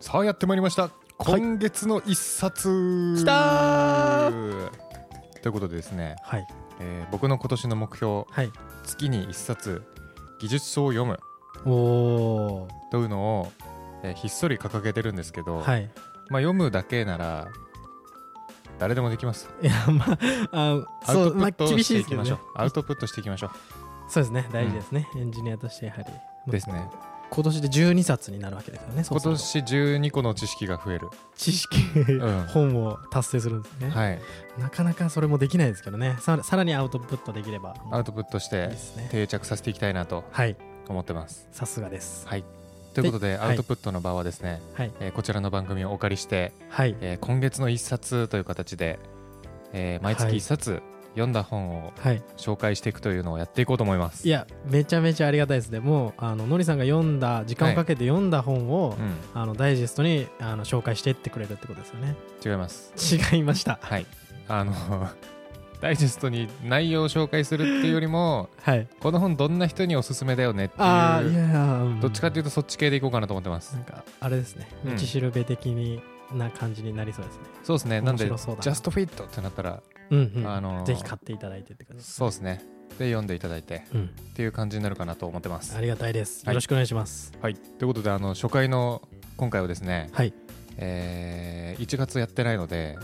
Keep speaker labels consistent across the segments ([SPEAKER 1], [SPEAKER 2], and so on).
[SPEAKER 1] さあやってまいりました
[SPEAKER 2] はい
[SPEAKER 1] 今月の一冊、
[SPEAKER 2] きた
[SPEAKER 1] ということでですね、
[SPEAKER 2] はい
[SPEAKER 1] えー僕の今年の目標
[SPEAKER 2] はい
[SPEAKER 1] 月に一冊技術書を読む
[SPEAKER 2] おお
[SPEAKER 1] というのを、えーひっそり掲げてるんですけど、
[SPEAKER 2] はい
[SPEAKER 1] まあ読むだけなら誰でもできます
[SPEAKER 2] いやまああ
[SPEAKER 1] アウ
[SPEAKER 2] そ
[SPEAKER 1] ト
[SPEAKER 2] う
[SPEAKER 1] プ
[SPEAKER 2] まあ
[SPEAKER 1] ットを
[SPEAKER 2] 厳
[SPEAKER 1] し
[SPEAKER 2] しい
[SPEAKER 1] て
[SPEAKER 2] で
[SPEAKER 1] い
[SPEAKER 2] す
[SPEAKER 1] き
[SPEAKER 2] けど
[SPEAKER 1] ま
[SPEAKER 2] ね
[SPEAKER 1] しょう、アウトプットしていきましょ
[SPEAKER 2] そうですね大事ですね、エンジニアとしてやはり
[SPEAKER 1] ですね
[SPEAKER 2] 今年で12冊になるわけですよね
[SPEAKER 1] う
[SPEAKER 2] そう
[SPEAKER 1] 今
[SPEAKER 2] すると
[SPEAKER 1] 年12個の知識が増える、
[SPEAKER 2] 知識、
[SPEAKER 1] ん
[SPEAKER 2] 本を達成するんですね、
[SPEAKER 1] はい
[SPEAKER 2] なかなかそれもできないですけどねささらにアウトプットできれば
[SPEAKER 1] アウトプットし
[SPEAKER 2] いい
[SPEAKER 1] て
[SPEAKER 2] ですね
[SPEAKER 1] 定着させていきたいなと
[SPEAKER 2] はい
[SPEAKER 1] 思ってます
[SPEAKER 2] さすがです
[SPEAKER 1] はいということで
[SPEAKER 2] はい
[SPEAKER 1] アウトプットの場はですね、
[SPEAKER 2] はい
[SPEAKER 1] えーこちらの番組をお借りして、
[SPEAKER 2] はい
[SPEAKER 1] えー今月の一冊という形で、えー毎
[SPEAKER 2] は
[SPEAKER 1] 月
[SPEAKER 2] い
[SPEAKER 1] 一冊読んだ本を
[SPEAKER 2] はい
[SPEAKER 1] 紹介していくというのをやっていこうと思います。
[SPEAKER 2] いやめちゃめちゃありがたいですねもうあののりさんが読んだ時間をかけて読んだ本を、
[SPEAKER 1] うん、
[SPEAKER 2] あのダイジェストにあの紹介していってくれるってことですよね
[SPEAKER 1] 違います。
[SPEAKER 2] 違いました
[SPEAKER 1] はい、あの ダイジェストに内容を紹介するっていうよりも
[SPEAKER 2] はい
[SPEAKER 1] この本どんな人におすすめだよねって
[SPEAKER 2] ああ
[SPEAKER 1] い
[SPEAKER 2] いうやー、うん
[SPEAKER 1] どっちかっていうとそっち系でいこうかなと思ってます
[SPEAKER 2] なんかあれですね
[SPEAKER 1] うん
[SPEAKER 2] 道しるべ的にな感じになりそうですね
[SPEAKER 1] そうですねなんでジ
[SPEAKER 2] 面白そうだな
[SPEAKER 1] ャストフィットってなったら
[SPEAKER 2] うん、うん
[SPEAKER 1] あのー
[SPEAKER 2] ぜひ買っていただいてって感じです
[SPEAKER 1] そうですねで読んでいただいて
[SPEAKER 2] うん
[SPEAKER 1] っていう感じになるかなと思ってます
[SPEAKER 2] ありがたいです、
[SPEAKER 1] はい
[SPEAKER 2] よろしくお願いします
[SPEAKER 1] はいということであの初回の今回はですね、
[SPEAKER 2] はい
[SPEAKER 1] えー1月やってないので、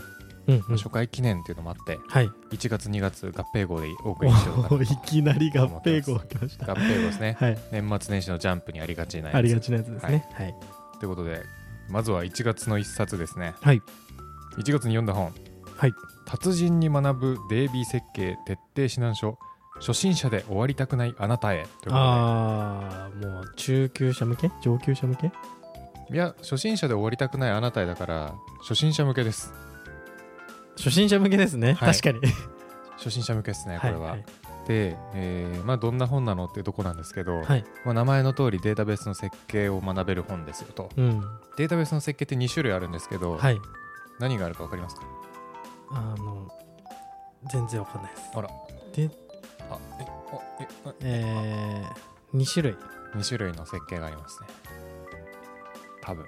[SPEAKER 2] うん、うん、
[SPEAKER 1] 初回記念っていうのもあって
[SPEAKER 2] はい
[SPEAKER 1] 1月2月合併号でお送りしようか
[SPEAKER 2] おーいきなり合併号来ました
[SPEAKER 1] な合併号ですね
[SPEAKER 2] はい
[SPEAKER 1] 年末年始のジャンプにありがちな
[SPEAKER 2] あ
[SPEAKER 1] や
[SPEAKER 2] りが
[SPEAKER 1] つ
[SPEAKER 2] ちなやつですねはい
[SPEAKER 1] ということでまずは1月の1冊ですね
[SPEAKER 2] はい
[SPEAKER 1] 1月に読んだ本
[SPEAKER 2] はい
[SPEAKER 1] 達人に学ぶ DB 設計徹底指南書初心者で終わりたくないあなたへというこ
[SPEAKER 2] ああもう中級者向け上級者向け
[SPEAKER 1] とでいや初心者で終わりたくないあなたへだから初心者向けです
[SPEAKER 2] 初心者向けですね、
[SPEAKER 1] はい
[SPEAKER 2] 確かに
[SPEAKER 1] 初心者向けですねこれは、
[SPEAKER 2] い
[SPEAKER 1] で、えーまあ、どんな本なのってとこなんですけど、
[SPEAKER 2] はい、
[SPEAKER 1] まあ、名前の通りデータベースの設計を学べる本ですよと
[SPEAKER 2] うん
[SPEAKER 1] データベースの設計って2種類あるんですけど、
[SPEAKER 2] はい
[SPEAKER 1] 何があるか分かりますか
[SPEAKER 2] あの全然わかんないです
[SPEAKER 1] あら
[SPEAKER 2] で
[SPEAKER 1] あえあ
[SPEAKER 2] えー、2種類
[SPEAKER 1] え2種類の設計がありますね多分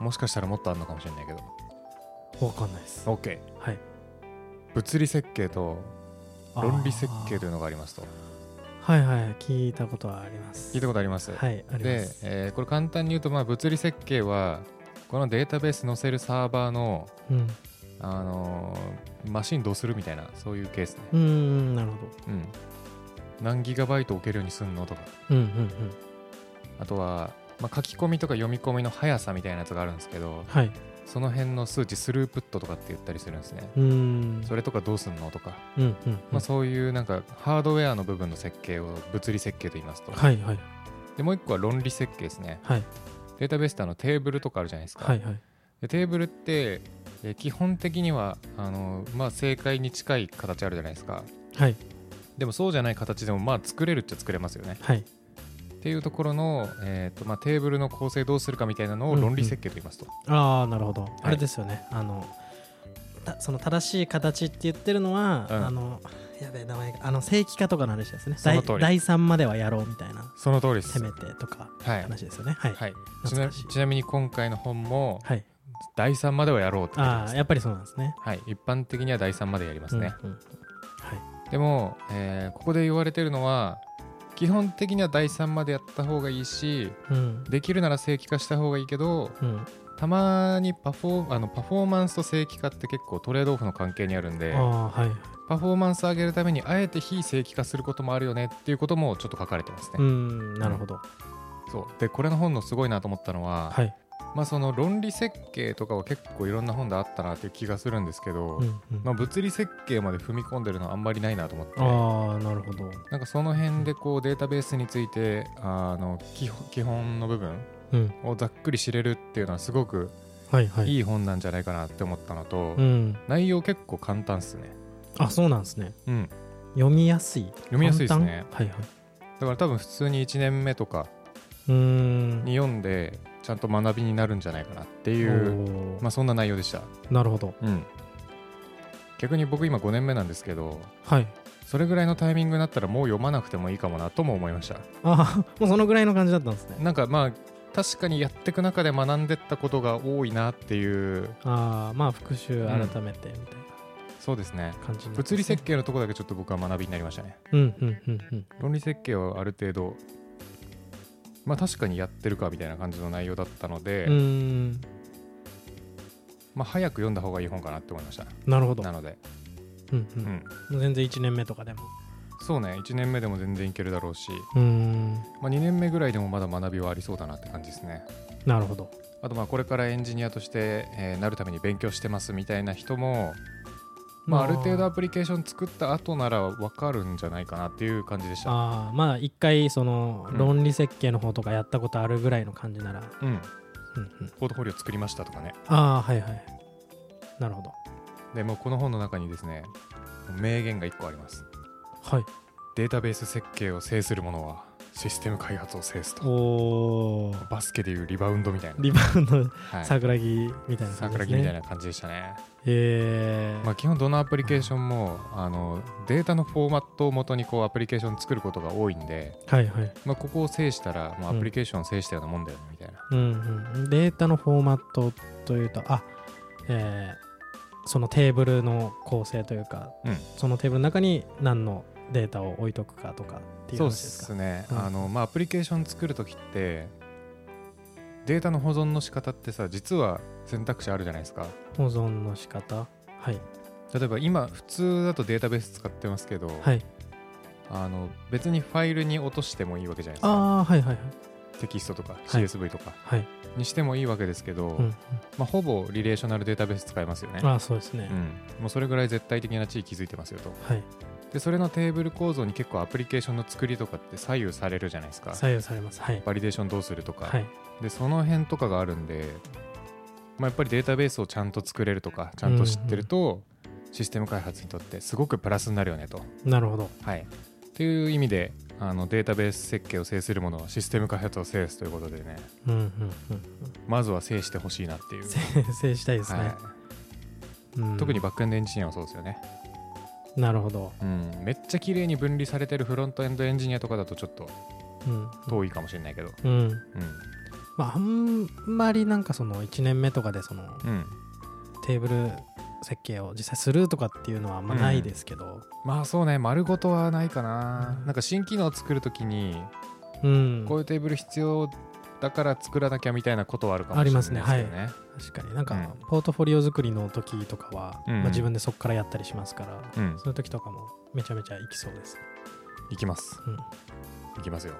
[SPEAKER 1] もしかしたらもっとあるのかもしれないけど
[SPEAKER 2] わかんないですは
[SPEAKER 1] OK
[SPEAKER 2] い
[SPEAKER 1] 物理設計と論理設計とい
[SPEAKER 2] あ
[SPEAKER 1] うのがありますと
[SPEAKER 2] ーはいはい聞いたことはあります
[SPEAKER 1] 聞いたことあります、
[SPEAKER 2] はいありま、
[SPEAKER 1] ですえーこれ簡単に言うと、まあ、物理設計はこのデータベース載せるサーバーの
[SPEAKER 2] うんう
[SPEAKER 1] あのーマシンどうするみたいなそういうケースね、
[SPEAKER 2] ーんなるほ
[SPEAKER 1] うん、何ギガバイト置けるようにすんのとか
[SPEAKER 2] どうんうんうん
[SPEAKER 1] あとは、まあ、書き込みとか読み込みの速さみたいなやつがあるんですけど
[SPEAKER 2] はい
[SPEAKER 1] その辺の数値スループットとかって言ったりするんですね
[SPEAKER 2] うーん
[SPEAKER 1] それとかどうすんのとか、
[SPEAKER 2] うんうんうん、
[SPEAKER 1] まあ、そういうなんかハードウェアの部分の設計を物理設計と言いますと、
[SPEAKER 2] はいはい
[SPEAKER 1] でもう一個は論理設計ですね
[SPEAKER 2] はい
[SPEAKER 1] データベースってあのテーブルとかあるじゃないですか、
[SPEAKER 2] はいはい
[SPEAKER 1] でテーブルってえー基本的にはあのーまあ、正解に近い形あるじゃないですか
[SPEAKER 2] はい
[SPEAKER 1] でもそうじゃない形でもまあ作れるっちゃ作れますよね。
[SPEAKER 2] はい
[SPEAKER 1] っていうところの、えーとまあ、テーブルの構成どうするかみたいなのを論理設計と言いますと。
[SPEAKER 2] ああなるほど、あれですよねあのたその正しい形って言ってるのは、
[SPEAKER 1] うん
[SPEAKER 2] あのやべえ名前があの正規化とかの話ですね
[SPEAKER 1] その通り
[SPEAKER 2] 第第3まではやろうみたいな
[SPEAKER 1] その通りです。
[SPEAKER 2] せめてとか
[SPEAKER 1] はい
[SPEAKER 2] 話ですよねはいは、
[SPEAKER 1] はいい、ち
[SPEAKER 2] 懐
[SPEAKER 1] な
[SPEAKER 2] かしい
[SPEAKER 1] ちなみに今回の本も第3まではやろうって書いて
[SPEAKER 2] あ
[SPEAKER 1] ま
[SPEAKER 2] あ
[SPEAKER 1] す
[SPEAKER 2] やっぱりそうなんですね
[SPEAKER 1] はい、一般的には第3までやりますね、
[SPEAKER 2] うんうんはい
[SPEAKER 1] でも、えーここで言われてるのは基本的には第3までやった方がいいし
[SPEAKER 2] うん
[SPEAKER 1] できるなら正規化した方がいいけど
[SPEAKER 2] うん
[SPEAKER 1] たまにパフォーあのパフォーマンスと正規化って結構トレードオフの関係にあるんで
[SPEAKER 2] ああはい、
[SPEAKER 1] パフォーマンス上げるためにあえて非正規化することもあるよねっていうこともちょっと書かれてます
[SPEAKER 2] う
[SPEAKER 1] ね。
[SPEAKER 2] んなるほど、
[SPEAKER 1] そうでこれの本のすごいなと思ったのは、
[SPEAKER 2] はい、
[SPEAKER 1] まあ、その論理設計とかは結構いろんな本であったなっていう気がするんですけど、
[SPEAKER 2] うんうん
[SPEAKER 1] まあ、物理設計まで踏み込んでるのはあんまりないなと思って。
[SPEAKER 2] ああなるほど
[SPEAKER 1] なんかその辺でこうデータベースについてあの基本基本の部分
[SPEAKER 2] うん
[SPEAKER 1] をざっくり知れるっていうのはすごく
[SPEAKER 2] はいはい
[SPEAKER 1] いい本なんじゃないかなって思ったのと、
[SPEAKER 2] うん
[SPEAKER 1] 内容結構簡単っすね、
[SPEAKER 2] あそうなんですね
[SPEAKER 1] うん、
[SPEAKER 2] 読みやすい
[SPEAKER 1] 読みやすいですね
[SPEAKER 2] 簡単はいはい
[SPEAKER 1] だから多分普通に1年目とか
[SPEAKER 2] うーん
[SPEAKER 1] に読んでちゃんと学びになるんじゃないかなっていう、
[SPEAKER 2] おー
[SPEAKER 1] まあ、そんな内容でした、
[SPEAKER 2] なるほど
[SPEAKER 1] 逆に僕今5年目なんですけど
[SPEAKER 2] はい
[SPEAKER 1] それぐらいのタイミングになったらもう読まなくてもいいかもなとも思いました
[SPEAKER 2] ああもうそのぐらいの感じだったんですね
[SPEAKER 1] なんかまあ確かにやっていく中で学んでったことが多いなっていう
[SPEAKER 2] ああまあ復習改めてみたい
[SPEAKER 1] そうですね
[SPEAKER 2] な感じになってますね
[SPEAKER 1] 物理設計のとこだけちょっと僕は学びになりましたね
[SPEAKER 2] うんうんうんうん
[SPEAKER 1] 論理設計はある程度まあ確かにやってるかみたいな感じの内容だったので、
[SPEAKER 2] うーん
[SPEAKER 1] まあ早く読んだ方がいい本かなって思いました
[SPEAKER 2] なるほど
[SPEAKER 1] なので、
[SPEAKER 2] うんう
[SPEAKER 1] うんん、
[SPEAKER 2] もう全然1年目とかでも
[SPEAKER 1] そうね1年目でも全然いけるだろうし、
[SPEAKER 2] うーん
[SPEAKER 1] まあ、2年目ぐらいでもまだ学びはありそうだなって感じですね
[SPEAKER 2] なるほど
[SPEAKER 1] あとまあこれからエンジニアとして、えーなるために勉強してますみたいな人も、まあ、ある程度アプリケーション作った後なら分かるんじゃないかなっていう感じでした
[SPEAKER 2] ああまあ一回その
[SPEAKER 1] うん
[SPEAKER 2] 論理設計の方とかやったことあるぐらいの感じなら、
[SPEAKER 1] うん
[SPEAKER 2] うんうん、
[SPEAKER 1] ポートフォリオ作りましたとかね
[SPEAKER 2] ああはいはいなるほど
[SPEAKER 1] でもうこの本の中にですね名言が1個あります
[SPEAKER 2] はい
[SPEAKER 1] データベース設計を制する者はシステム開発を制すと
[SPEAKER 2] おー
[SPEAKER 1] バスケでいうリバウンドみたいな、
[SPEAKER 2] リバウンド
[SPEAKER 1] はい、
[SPEAKER 2] 桜木みたいな感じで
[SPEAKER 1] 桜
[SPEAKER 2] す
[SPEAKER 1] 木
[SPEAKER 2] ね、
[SPEAKER 1] みたいな感じでしたね、
[SPEAKER 2] えー
[SPEAKER 1] まあ、基本どのアプリケーションもあのデータのフォーマットを元にこうアプリケーション作ることが多いんで、
[SPEAKER 2] はいはい、
[SPEAKER 1] まあ、ここを制したら、まあ、ア
[SPEAKER 2] うん
[SPEAKER 1] プリケーションを制したようなもんだよねみたいな、
[SPEAKER 2] うんうん、データのフォーマットというとあえーそのテーブルの構成というか、
[SPEAKER 1] うん
[SPEAKER 2] そのテーブルの中に何のデータを置いとくかとかっていう
[SPEAKER 1] そうで
[SPEAKER 2] 話です
[SPEAKER 1] す
[SPEAKER 2] か
[SPEAKER 1] ね、
[SPEAKER 2] うん
[SPEAKER 1] あのまあ、アプリケーション作るときってデータの保存の仕方ってさ実は選択肢あるじゃないですか
[SPEAKER 2] 保存の仕方はい
[SPEAKER 1] 例えば今普通だとデータベース使ってますけど、
[SPEAKER 2] はい
[SPEAKER 1] あの別にファイルに落としてもいいわけじゃないですか
[SPEAKER 2] ああーはいはいはい
[SPEAKER 1] テキストとか
[SPEAKER 2] い
[SPEAKER 1] CSV とか
[SPEAKER 2] はい、
[SPEAKER 1] にしてもいいわけですけど、
[SPEAKER 2] うんうん、
[SPEAKER 1] まあ、ほぼリレーショナルデータベース使えますよね、
[SPEAKER 2] ああそうですね、
[SPEAKER 1] うん、もうそれぐらい絶対的な地位築いてますよと
[SPEAKER 2] はい
[SPEAKER 1] でそれのテーブル構造に結構アプリケーションの作りとかって左右されるじゃないですか
[SPEAKER 2] 左右されますはい
[SPEAKER 1] バリデーションどうするとか、
[SPEAKER 2] はい
[SPEAKER 1] でその辺とかがあるんで、まあ、やっぱりデータベースをちゃんと作れるとかちゃんと知ってると、システム開発にとってすごくプラスになるよねと。
[SPEAKER 2] なるほど
[SPEAKER 1] はい、という意味であのデータベース設計を制するものはシステム開発を制すということでね
[SPEAKER 2] うんうんうん
[SPEAKER 1] まずは制してほしいなっていう。
[SPEAKER 2] 生成したいですね、
[SPEAKER 1] はい
[SPEAKER 2] うん
[SPEAKER 1] 特にバックエンドエンジニアはそうですよね、
[SPEAKER 2] なるほど、
[SPEAKER 1] うん、めっちゃ綺麗に分離されてるフロントエンドエンジニアとかだとちょっと
[SPEAKER 2] うん、
[SPEAKER 1] 遠いかもしれないけど、
[SPEAKER 2] うん
[SPEAKER 1] う
[SPEAKER 2] まああんまりなんかその1年目とかでその
[SPEAKER 1] んうん、
[SPEAKER 2] テーブル設計を実際するとかっていうのはあんまないですけど、
[SPEAKER 1] まあそうね丸ごとはないかな、
[SPEAKER 2] うん
[SPEAKER 1] なんか新機能作るときに
[SPEAKER 2] うん
[SPEAKER 1] こういうテーブル必要だから作らなきゃみたいなことはあるかも
[SPEAKER 2] あ
[SPEAKER 1] しれ
[SPEAKER 2] り
[SPEAKER 1] ない
[SPEAKER 2] ま
[SPEAKER 1] ですす
[SPEAKER 2] ね
[SPEAKER 1] よね。
[SPEAKER 2] 確かになんか
[SPEAKER 1] う
[SPEAKER 2] ポートフォリオ作りの時とかは、
[SPEAKER 1] うんうん
[SPEAKER 2] まあ、自分でそこからやったりしますから、
[SPEAKER 1] うん、
[SPEAKER 2] そういう時とかもめちゃめちゃいきそうです、
[SPEAKER 1] いきます。
[SPEAKER 2] うん、
[SPEAKER 1] いきますよ。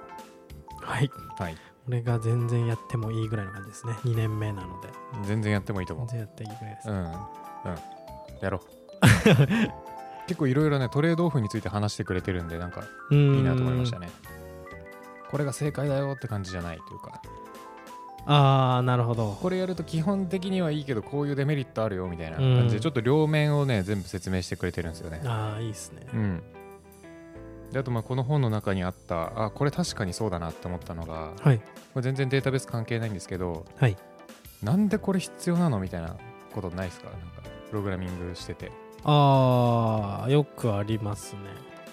[SPEAKER 2] はい
[SPEAKER 1] はい。
[SPEAKER 2] 俺が全然やってもいいぐらいの感じですね2年目なので
[SPEAKER 1] 全然やってもいいと思
[SPEAKER 2] 全
[SPEAKER 1] う。
[SPEAKER 2] 然やっていいぐらいです、
[SPEAKER 1] うん。うん。や ろう。結構いろいろね、トレードオフについて話してくれてるんで、なんか
[SPEAKER 2] うん
[SPEAKER 1] いいなと思いましたね。これが正解だよって感じじゃないというか、
[SPEAKER 2] ああなるほど
[SPEAKER 1] これやると基本的にはいいけど、こういうデメリットあるよみたいな感じ
[SPEAKER 2] う
[SPEAKER 1] で、
[SPEAKER 2] ん
[SPEAKER 1] ちょっと両面をね、全部説明してくれてるんですよね。
[SPEAKER 2] ああいいですね
[SPEAKER 1] うん。であとまあこの本の中にあったあこれ確かにそうだなって思ったのが
[SPEAKER 2] はい
[SPEAKER 1] これ全然データベース関係ないんですけど、
[SPEAKER 2] はい
[SPEAKER 1] なんでこれ必要なのみたいなことないですかなんかプログラミングしてて
[SPEAKER 2] ああよくありますね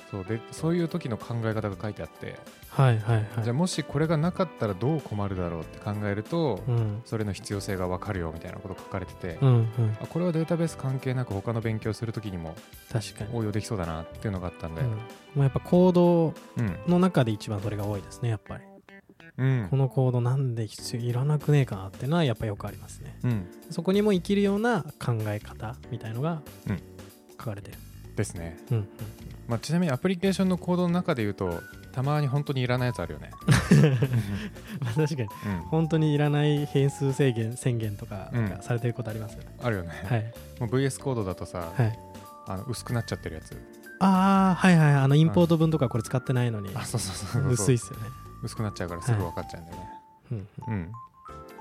[SPEAKER 1] そうでそういう時の考え方が書いてあって、
[SPEAKER 2] はいはいはい
[SPEAKER 1] じゃあもしこれがなかったらどう困るだろうって考えると、
[SPEAKER 2] うん
[SPEAKER 1] それの必要性が分かるよみたいなこと書かれてて、
[SPEAKER 2] うんうん
[SPEAKER 1] あこれはデータベース関係なく他の勉強する時にも
[SPEAKER 2] 確かに
[SPEAKER 1] 応用できそうだなっていうのがあったんで、
[SPEAKER 2] うんまあ、やっぱ行動
[SPEAKER 1] うん
[SPEAKER 2] の中で一番それが多いですねやっぱり
[SPEAKER 1] うん
[SPEAKER 2] この行動なんで必要いらなくねえかなってのはやっぱよくありますね
[SPEAKER 1] うん
[SPEAKER 2] そこにも生きるような考え方みたいのが
[SPEAKER 1] うん
[SPEAKER 2] 書かれてる、
[SPEAKER 1] ですね、
[SPEAKER 2] うんうん
[SPEAKER 1] まあ、ちなみにアプリケーションのコードの中で言うとたまに本当にいらないやつあるよ ね、
[SPEAKER 2] まあ確かに
[SPEAKER 1] うん
[SPEAKER 2] 本当にいらない変数制限宣言とか
[SPEAKER 1] うん
[SPEAKER 2] がされてることありますよね、
[SPEAKER 1] あるよね、
[SPEAKER 2] はい
[SPEAKER 1] もう VS コードだとさ、
[SPEAKER 2] はい
[SPEAKER 1] あの薄くなっちゃってるやつ
[SPEAKER 2] ああはいはいあのインポート分とかこれ使ってないのに
[SPEAKER 1] あそうそうそうそう
[SPEAKER 2] 薄いっすよね
[SPEAKER 1] 薄くなっちゃうからすぐ分かっちゃうんだよね、
[SPEAKER 2] うんうん
[SPEAKER 1] うん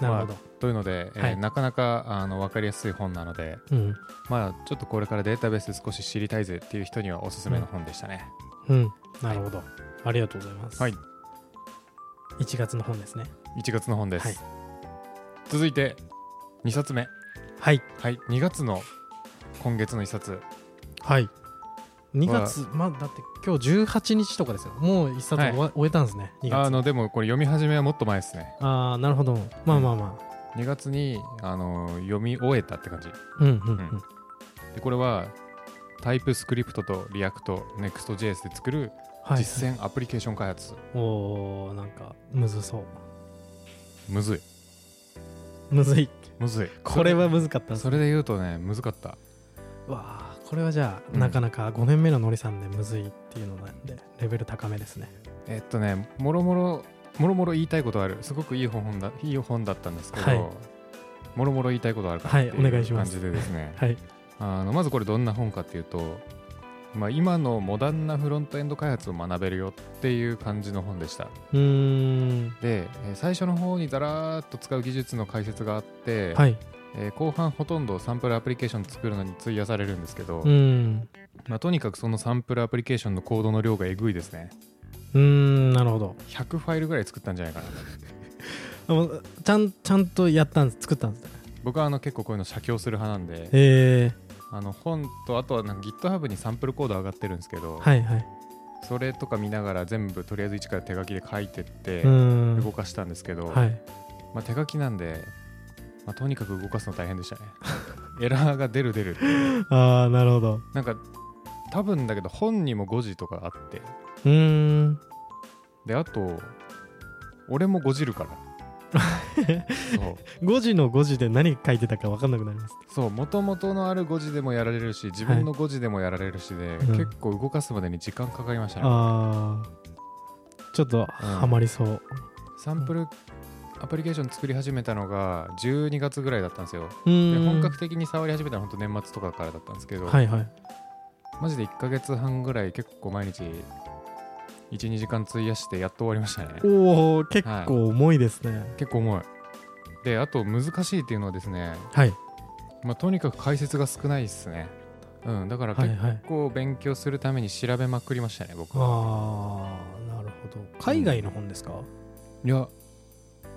[SPEAKER 2] なるほど、
[SPEAKER 1] というので、えー
[SPEAKER 2] はい
[SPEAKER 1] なかなかあの分かりやすい本なので
[SPEAKER 2] うん
[SPEAKER 1] まあちょっとこれからデータベース少し知りたいぜっていう人にはおすすめの本でしたね、
[SPEAKER 2] うんなるほど、ありがとうございます、
[SPEAKER 1] はい
[SPEAKER 2] 1月の本ですね
[SPEAKER 1] 1月の本です、
[SPEAKER 2] はい
[SPEAKER 1] 続いて2冊目
[SPEAKER 2] はい
[SPEAKER 1] はい2月の今月の1冊
[SPEAKER 2] はい2月、まあ、だって今日18日とかですよもう一冊終わ、終えたんですね2月
[SPEAKER 1] あのでもこれ読み始めはもっと前ですね
[SPEAKER 2] ああなるほどまあまあまあ
[SPEAKER 1] 2月にあの読み終えたって感じ
[SPEAKER 2] うんうんうん、
[SPEAKER 1] うんでこれはタイプスクリプトとリアクト Next.js で作る
[SPEAKER 2] はい
[SPEAKER 1] 実践アプリケーション開発、
[SPEAKER 2] おーなんかむずそう
[SPEAKER 1] むずい
[SPEAKER 2] むずい
[SPEAKER 1] むずい
[SPEAKER 2] これはむずかっ
[SPEAKER 1] そ
[SPEAKER 2] たで
[SPEAKER 1] れ
[SPEAKER 2] す
[SPEAKER 1] それで言うとねむずかった
[SPEAKER 2] わあこれはじゃあ、
[SPEAKER 1] うん
[SPEAKER 2] なかなか5年目ののりさんでむずいっていうのなんでレベル高めですね
[SPEAKER 1] えっとねもろもろもろもろ言いたいことあるすごくいい本だいい本だったんですけど、
[SPEAKER 2] はい
[SPEAKER 1] もろもろ言いたいことあるからって
[SPEAKER 2] はいお願いし
[SPEAKER 1] いう
[SPEAKER 2] ま
[SPEAKER 1] 感
[SPEAKER 2] す
[SPEAKER 1] じでです ね、
[SPEAKER 2] はい
[SPEAKER 1] あのまずこれどんな本かっていうと、まあ、今のモダンなフロントエンド開発を学べるよっていう感じの本でした
[SPEAKER 2] うーん
[SPEAKER 1] で、えー最初の方にだらーっと使う技術の解説があって、
[SPEAKER 2] はい
[SPEAKER 1] えー後半ほとんどサンプルアプリケーション作るのに費やされるんですけど、
[SPEAKER 2] うーん
[SPEAKER 1] まあ、とにかくそのサンプルアプリケーションのコードの量がえぐいですね
[SPEAKER 2] うーんなるほど
[SPEAKER 1] 100ファイルぐらい作ったんじゃないかな
[SPEAKER 2] でもちゃんちゃんとやったんです作ったんですね
[SPEAKER 1] 僕はあの結構こういうの写経する派なんで
[SPEAKER 2] え
[SPEAKER 1] あの本とあとはなんか GitHub にサンプルコード上がってるんですけど、
[SPEAKER 2] ー、はいはい
[SPEAKER 1] それとか見ながら全部とりあえず一から手書きで書いてって、
[SPEAKER 2] うーん
[SPEAKER 1] 動かしたんですけど、
[SPEAKER 2] はい
[SPEAKER 1] まあ、手書きなんで、まあ、とにかく動かすの大変でしたね エラーが出る出るっていう
[SPEAKER 2] ああなるほど
[SPEAKER 1] なんか多分だけど本にも5字とかあって
[SPEAKER 2] うーん
[SPEAKER 1] であと俺も5字るから そう
[SPEAKER 2] 5時の5時で何書いてたか分かんなくなります
[SPEAKER 1] そう元々のある5字でもやられるし自分の5字でもやられるしで、
[SPEAKER 2] ん
[SPEAKER 1] 結構動かすまでに時間かかりましたね
[SPEAKER 2] ああちょっとハマりそう、
[SPEAKER 1] サンプルアプリケーション作り始めたのが12月ぐらいだったんですよ
[SPEAKER 2] う
[SPEAKER 1] で
[SPEAKER 2] ーん、
[SPEAKER 1] 本格的に触り始めたのは本当年末とかからだったんですけど、
[SPEAKER 2] はいはい
[SPEAKER 1] マジで1ヶ月半ぐらい結構毎日12時間費やしてやっと終わりましたね
[SPEAKER 2] おお結構重いですね
[SPEAKER 1] 結構重いであと難しいっていうのはですね、
[SPEAKER 2] はい、
[SPEAKER 1] まあ、とにかく解説が少ないですねうんだから
[SPEAKER 2] はい、
[SPEAKER 1] 結
[SPEAKER 2] はい
[SPEAKER 1] 構勉強するために調べまくりましたね僕は
[SPEAKER 2] ああなるほど海外の本ですか、
[SPEAKER 1] いや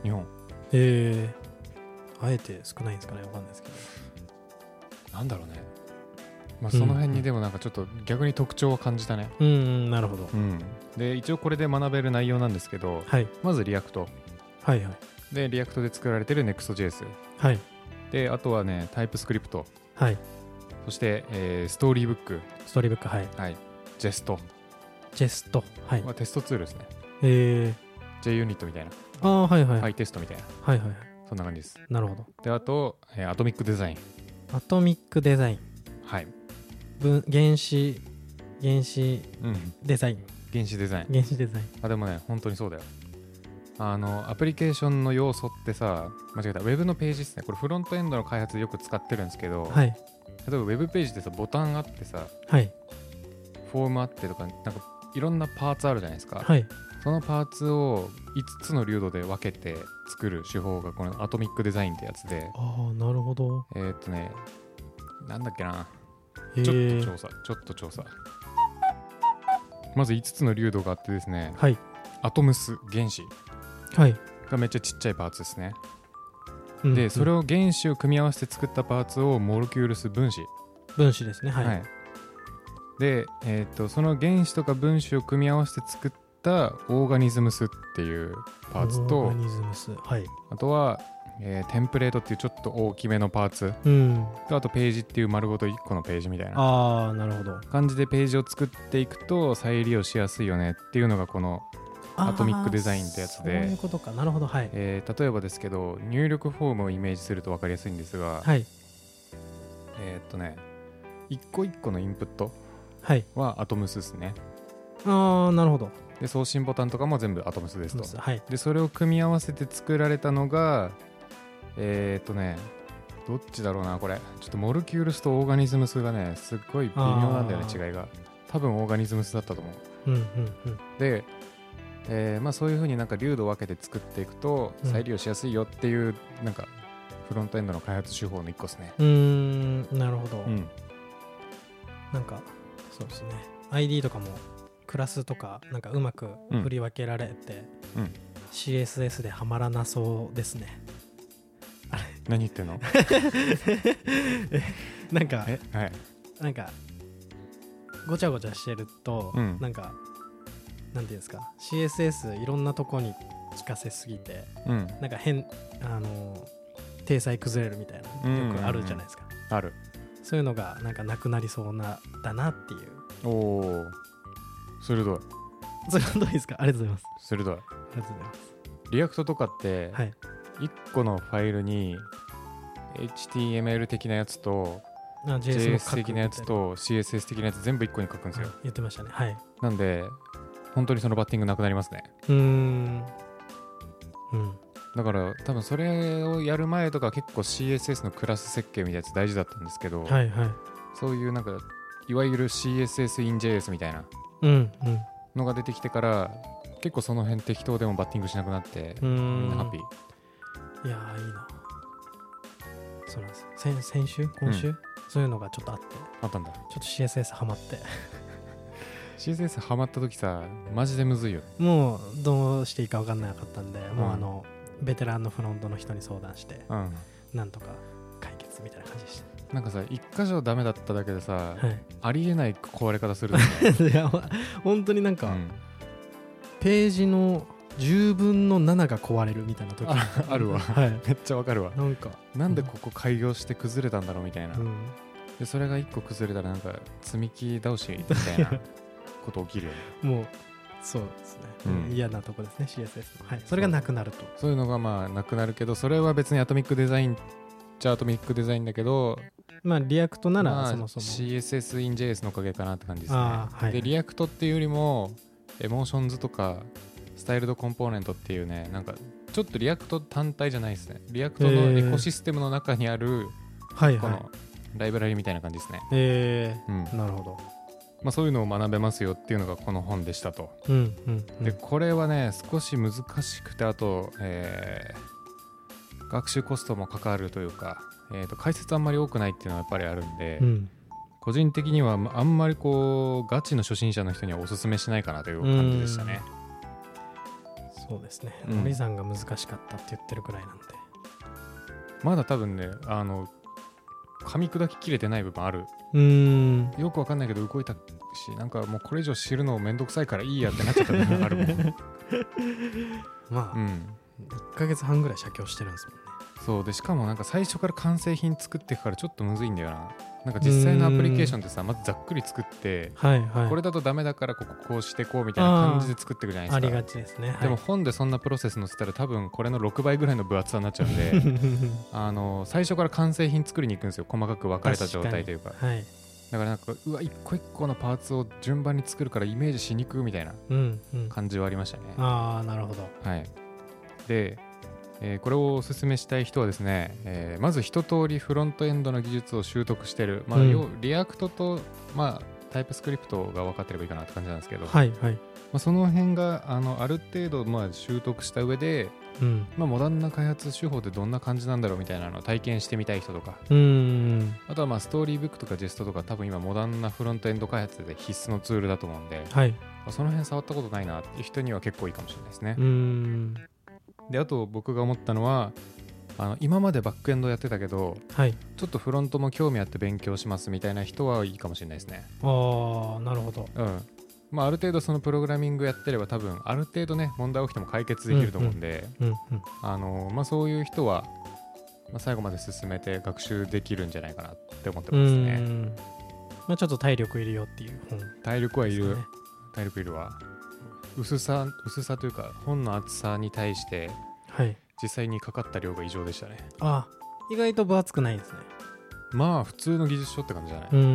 [SPEAKER 1] 日本
[SPEAKER 2] えー、あえて少ないんですかねわかんないですけど
[SPEAKER 1] なんだろうねまあ
[SPEAKER 2] うん
[SPEAKER 1] その辺にでもなんかちょっと逆に特徴を感じたね
[SPEAKER 2] うーんなるほど
[SPEAKER 1] うんで一応これで学べる内容なんですけど
[SPEAKER 2] はい
[SPEAKER 1] まずリアクト
[SPEAKER 2] はいはい
[SPEAKER 1] でリアクトで作られてる Next.js
[SPEAKER 2] はい
[SPEAKER 1] であとはねタイプスクリプト
[SPEAKER 2] はい
[SPEAKER 1] そして、えーストーリーブック、
[SPEAKER 2] ストーリーブックはい
[SPEAKER 1] はい、ジェスト
[SPEAKER 2] ジェストはい
[SPEAKER 1] はテストツールですね。
[SPEAKER 2] えー、
[SPEAKER 1] JUnit みたいな、
[SPEAKER 2] ああはいはい
[SPEAKER 1] は
[SPEAKER 2] はい
[SPEAKER 1] い、テストみたいな、
[SPEAKER 2] はいはい
[SPEAKER 1] そんな感じです。
[SPEAKER 2] なるほど
[SPEAKER 1] で、あと、えーアトミックデザイン。
[SPEAKER 2] アトミックデザイン
[SPEAKER 1] はい。
[SPEAKER 2] 分原子原子
[SPEAKER 1] うん。
[SPEAKER 2] デザイン
[SPEAKER 1] 原始デザイン。
[SPEAKER 2] 原子デザイン
[SPEAKER 1] あ、でもね、本当にそうだよ。あの、アプリケーションの要素ってさ、間違えた、ウェブのページですね。これ、フロントエンドの開発でよく使ってるんですけど、
[SPEAKER 2] はい
[SPEAKER 1] 例えばウェブページってさ、ボタンあってさ、
[SPEAKER 2] はい
[SPEAKER 1] フォームあってとか、なんか、いろんなパーツあるじゃないですか。
[SPEAKER 2] はい
[SPEAKER 1] そのパーツを5つの流度で分けて作る手法が、このアトミックデザインってやつで、
[SPEAKER 2] ああなるほど
[SPEAKER 1] えーっとね、なんだっけな、
[SPEAKER 2] え
[SPEAKER 1] ちょ
[SPEAKER 2] ー
[SPEAKER 1] っと調査、ちょっと調査。まず5つの流度があってですね、
[SPEAKER 2] はい
[SPEAKER 1] アトムス、原子
[SPEAKER 2] はい、
[SPEAKER 1] がめっちゃちっちゃいパーツですね。
[SPEAKER 2] うんう
[SPEAKER 1] で、
[SPEAKER 2] ん
[SPEAKER 1] それを原子を組み合わせて作ったパーツをモルキュールス、分子。
[SPEAKER 2] 分子ですねはい、
[SPEAKER 1] はいで、えーっと、その原子とか分子を組み合わせて作ったオーガニズムスっていうパーツ
[SPEAKER 2] オー
[SPEAKER 1] と
[SPEAKER 2] ガ、ニズムスはい
[SPEAKER 1] あとは、えーテンプレートっていうちょっと大きめのパーツ
[SPEAKER 2] うん
[SPEAKER 1] とあとページっていう丸ごと1個のページみたいな
[SPEAKER 2] ああなるほど
[SPEAKER 1] 感じでページを作っていくと再利用しやすいよねっていうのがこの、
[SPEAKER 2] あー
[SPEAKER 1] アトミックデザインってやつで
[SPEAKER 2] そういうことかなるほどはい、
[SPEAKER 1] えー例えばですけど入力フォームをイメージすると分かりやすいんですが、
[SPEAKER 2] はい
[SPEAKER 1] えーっとね一個一個のインプット
[SPEAKER 2] はい
[SPEAKER 1] はアトムスですね
[SPEAKER 2] ああなるほど
[SPEAKER 1] で送信ボタンとかも全部アトムスですと
[SPEAKER 2] はい
[SPEAKER 1] でそれを組み合わせて作られたのがえーっとねどっちだろうなこれちょっとモルキュールスとオーガニズムスがねすっごい微妙なんだよね
[SPEAKER 2] あー
[SPEAKER 1] 違いが多分オーガニズムスだったと思う
[SPEAKER 2] うんうんうん
[SPEAKER 1] で、えーまあ、そういうふうになんか流度を分けて作っていくと
[SPEAKER 2] うん
[SPEAKER 1] 再利用しやすいよっていう、なんかフロントエンドの開発手法の一個ですね。
[SPEAKER 2] うーんなるほど、
[SPEAKER 1] うん、
[SPEAKER 2] なんかそうですね ID とかもクラスとかなんかうまく振り分けられて、
[SPEAKER 1] うん
[SPEAKER 2] CSS ではまらなそうですね
[SPEAKER 1] 何言ってんの
[SPEAKER 2] なんか
[SPEAKER 1] え、はい、
[SPEAKER 2] なんかごちゃごちゃしてると、
[SPEAKER 1] うん
[SPEAKER 2] なんかなんていうんですか CSS いろんなとこに効かせすぎて
[SPEAKER 1] うん、
[SPEAKER 2] なんか変あの体裁崩れるみたい
[SPEAKER 1] うんうんう
[SPEAKER 2] なんよくあるじゃないですか、
[SPEAKER 1] ある
[SPEAKER 2] そういうのがなんかなくなりそうなだなっていう
[SPEAKER 1] おお鋭い
[SPEAKER 2] 鋭いですかありがとうございます
[SPEAKER 1] 鋭い
[SPEAKER 2] ありがとうございます
[SPEAKER 1] リアクトとかって、
[SPEAKER 2] はい
[SPEAKER 1] 1個のファイルに HTML 的なやつと
[SPEAKER 2] あ JS も書
[SPEAKER 1] JS
[SPEAKER 2] くみ
[SPEAKER 1] 的
[SPEAKER 2] たい
[SPEAKER 1] なやつと CSS 的なやつ全部1個に書くんですよ
[SPEAKER 2] 言ってましたねはい
[SPEAKER 1] なんで本当にそのバッティングなくなりますね
[SPEAKER 2] うーんうん
[SPEAKER 1] だから多分それをやる前とか結構 CSS のクラス設計みたいなやつ大事だったんですけど、
[SPEAKER 2] はいはい
[SPEAKER 1] そういうなんかいわゆる CSS in JS みたいな
[SPEAKER 2] うん
[SPEAKER 1] のが出てきてから結構その辺適当でもバッティングしなくなって
[SPEAKER 2] うんうーん
[SPEAKER 1] みんなハッピー
[SPEAKER 2] いやーいいなそうなんですよ先先週今週、
[SPEAKER 1] う
[SPEAKER 2] そういうのがちょっとあってちょ
[SPEAKER 1] あったんだ
[SPEAKER 2] っと CSS ハマって
[SPEAKER 1] CSS ハマった時さマジでむずいよね
[SPEAKER 2] もうどうしていいか分かんなかったんで、も
[SPEAKER 1] う
[SPEAKER 2] うんあのベテランのフロントの人に相談して
[SPEAKER 1] うん
[SPEAKER 2] なんとか解決みたいな感じでし
[SPEAKER 1] なんかさ一箇所ダメだっただけでさ
[SPEAKER 2] た、はい
[SPEAKER 1] ありえない壊れ方するよね
[SPEAKER 2] いやほ本当になん か、
[SPEAKER 1] うん
[SPEAKER 2] ページの10分の7が壊れるみたいな時
[SPEAKER 1] あ あ るわ
[SPEAKER 2] はい
[SPEAKER 1] めっちゃわかるわ
[SPEAKER 2] なんか、
[SPEAKER 1] なんでここ開業して崩れたんだろうみたいな、
[SPEAKER 2] うん、
[SPEAKER 1] でそれが1個崩れたらなんか積み木倒しみたい なこと起きるよね
[SPEAKER 2] もうそうですね、
[SPEAKER 1] うん
[SPEAKER 2] 嫌なとこですね CSS の、はい、それがなくなると
[SPEAKER 1] そういうのがまあなくなるけどそれは別にアトミックデザインっちゃアトミックデザインだけど
[SPEAKER 2] まあリアクトな
[SPEAKER 1] ま
[SPEAKER 2] ら
[SPEAKER 1] あ
[SPEAKER 2] そもそも、
[SPEAKER 1] CSS in JS のおかげかなって感じですね、
[SPEAKER 2] あーはい
[SPEAKER 1] でリアクトっていうよりもエモーションズとかスタイルドコンポーネントっていうねなんかちょっとリアクト単体じゃないですねリアクトのエコシステムの中にある
[SPEAKER 2] はい
[SPEAKER 1] こ
[SPEAKER 2] はい
[SPEAKER 1] のライブラリみたいな感じですね、
[SPEAKER 2] え
[SPEAKER 1] うん
[SPEAKER 2] ー、なるほど
[SPEAKER 1] まあ、そういうのを学べますよっていうのがこの本でしたと
[SPEAKER 2] うんうん、うん、
[SPEAKER 1] でこれはね少し難しくてあと、えー学習コストもかかるというか、えーと解説あんまり多くないっていうのはやっぱりあるんで、
[SPEAKER 2] うん
[SPEAKER 1] 個人的にはまあんまりこうガチの初心者の人にはおすすめしないかなという感じでしたね
[SPEAKER 2] そうですね
[SPEAKER 1] うん
[SPEAKER 2] 堀さんが難しかったって言ってるくらいなんで
[SPEAKER 1] まだ多分ねあの噛み砕ききれてない部分ある
[SPEAKER 2] うーん
[SPEAKER 1] よくわかんないけど動いたしなんかもうこれ以上知るのめんどくさいからいいやってなっちゃった部分あるも ん、
[SPEAKER 2] ま
[SPEAKER 1] う
[SPEAKER 2] あ、
[SPEAKER 1] ん、
[SPEAKER 2] 一1か月半ぐらい写経してるんですもんね
[SPEAKER 1] そうでしかもなんか最初から完成品作っていくからちょっとむずいんだよななんか実際のアプリケーションってさまずざっくり作って
[SPEAKER 2] はいはい
[SPEAKER 1] これだとダメだからこここうしてこうみたいな感じで作っていくじゃないです
[SPEAKER 2] あ
[SPEAKER 1] か
[SPEAKER 2] りがちですね
[SPEAKER 1] でも
[SPEAKER 2] は
[SPEAKER 1] 本でそんなプロセス載せたら多分これの6倍ぐらいの分厚さになっちゃうんで
[SPEAKER 2] い
[SPEAKER 1] あの最初から完成品作りに行くんですよ細かく分かれた状態というか
[SPEAKER 2] はい
[SPEAKER 1] だからなんかうわ一個一個のパーツを順番に作るからイメージしにくいみたいな
[SPEAKER 2] うんうん
[SPEAKER 1] 感じはありましたね
[SPEAKER 2] ああなるほど
[SPEAKER 1] はいで、えーこれをおすすめしたい人はですね、えーまず一通りフロントエンドの技術を習得してるまあ、
[SPEAKER 2] うん
[SPEAKER 1] 要リアクトとまあタイプスクリプトが分かってればいいかなって感じなんですけど、ま
[SPEAKER 2] はいはい
[SPEAKER 1] あ、その辺があのある程度まあ習得した上で
[SPEAKER 2] うん
[SPEAKER 1] まあ、モダンな開発手法ってどんな感じなんだろうみたいなのを体験してみたい人とか
[SPEAKER 2] うーん
[SPEAKER 1] あとはまあストーリーブックとかジェストとか多分今モダンなフロントエンド開発で必須のツールだと思うんで、
[SPEAKER 2] はい
[SPEAKER 1] まあその辺触ったことないなっていう人には結構いいかもしれないですね
[SPEAKER 2] うー、ん
[SPEAKER 1] であと僕が思ったのはあの今までバックエンドやってたけど
[SPEAKER 2] はい
[SPEAKER 1] ちょっとフロントも興味あって勉強しますみたいな人はいいかもしれないですね
[SPEAKER 2] ああなるほど
[SPEAKER 1] うんまあ、ある程度そのプログラミングやってれば多分ある程度ね問題起きても解決できると思うんで、
[SPEAKER 2] うんうん
[SPEAKER 1] あのまあ、そういう人は、まあ、最後まで進めて学習できるんじゃないかなって思ってます
[SPEAKER 2] うー
[SPEAKER 1] ね。
[SPEAKER 2] んまあちょっと体力いるよっていう本ですかね
[SPEAKER 1] 体力はいる、体力いるわ。薄さ、薄さというか、本の厚さに対して、
[SPEAKER 2] はい
[SPEAKER 1] 実際にかかった量が異常でしたね。
[SPEAKER 2] あ意外と分厚くないですね
[SPEAKER 1] まあ、普通の技術書って感じじゃない、
[SPEAKER 2] うーんう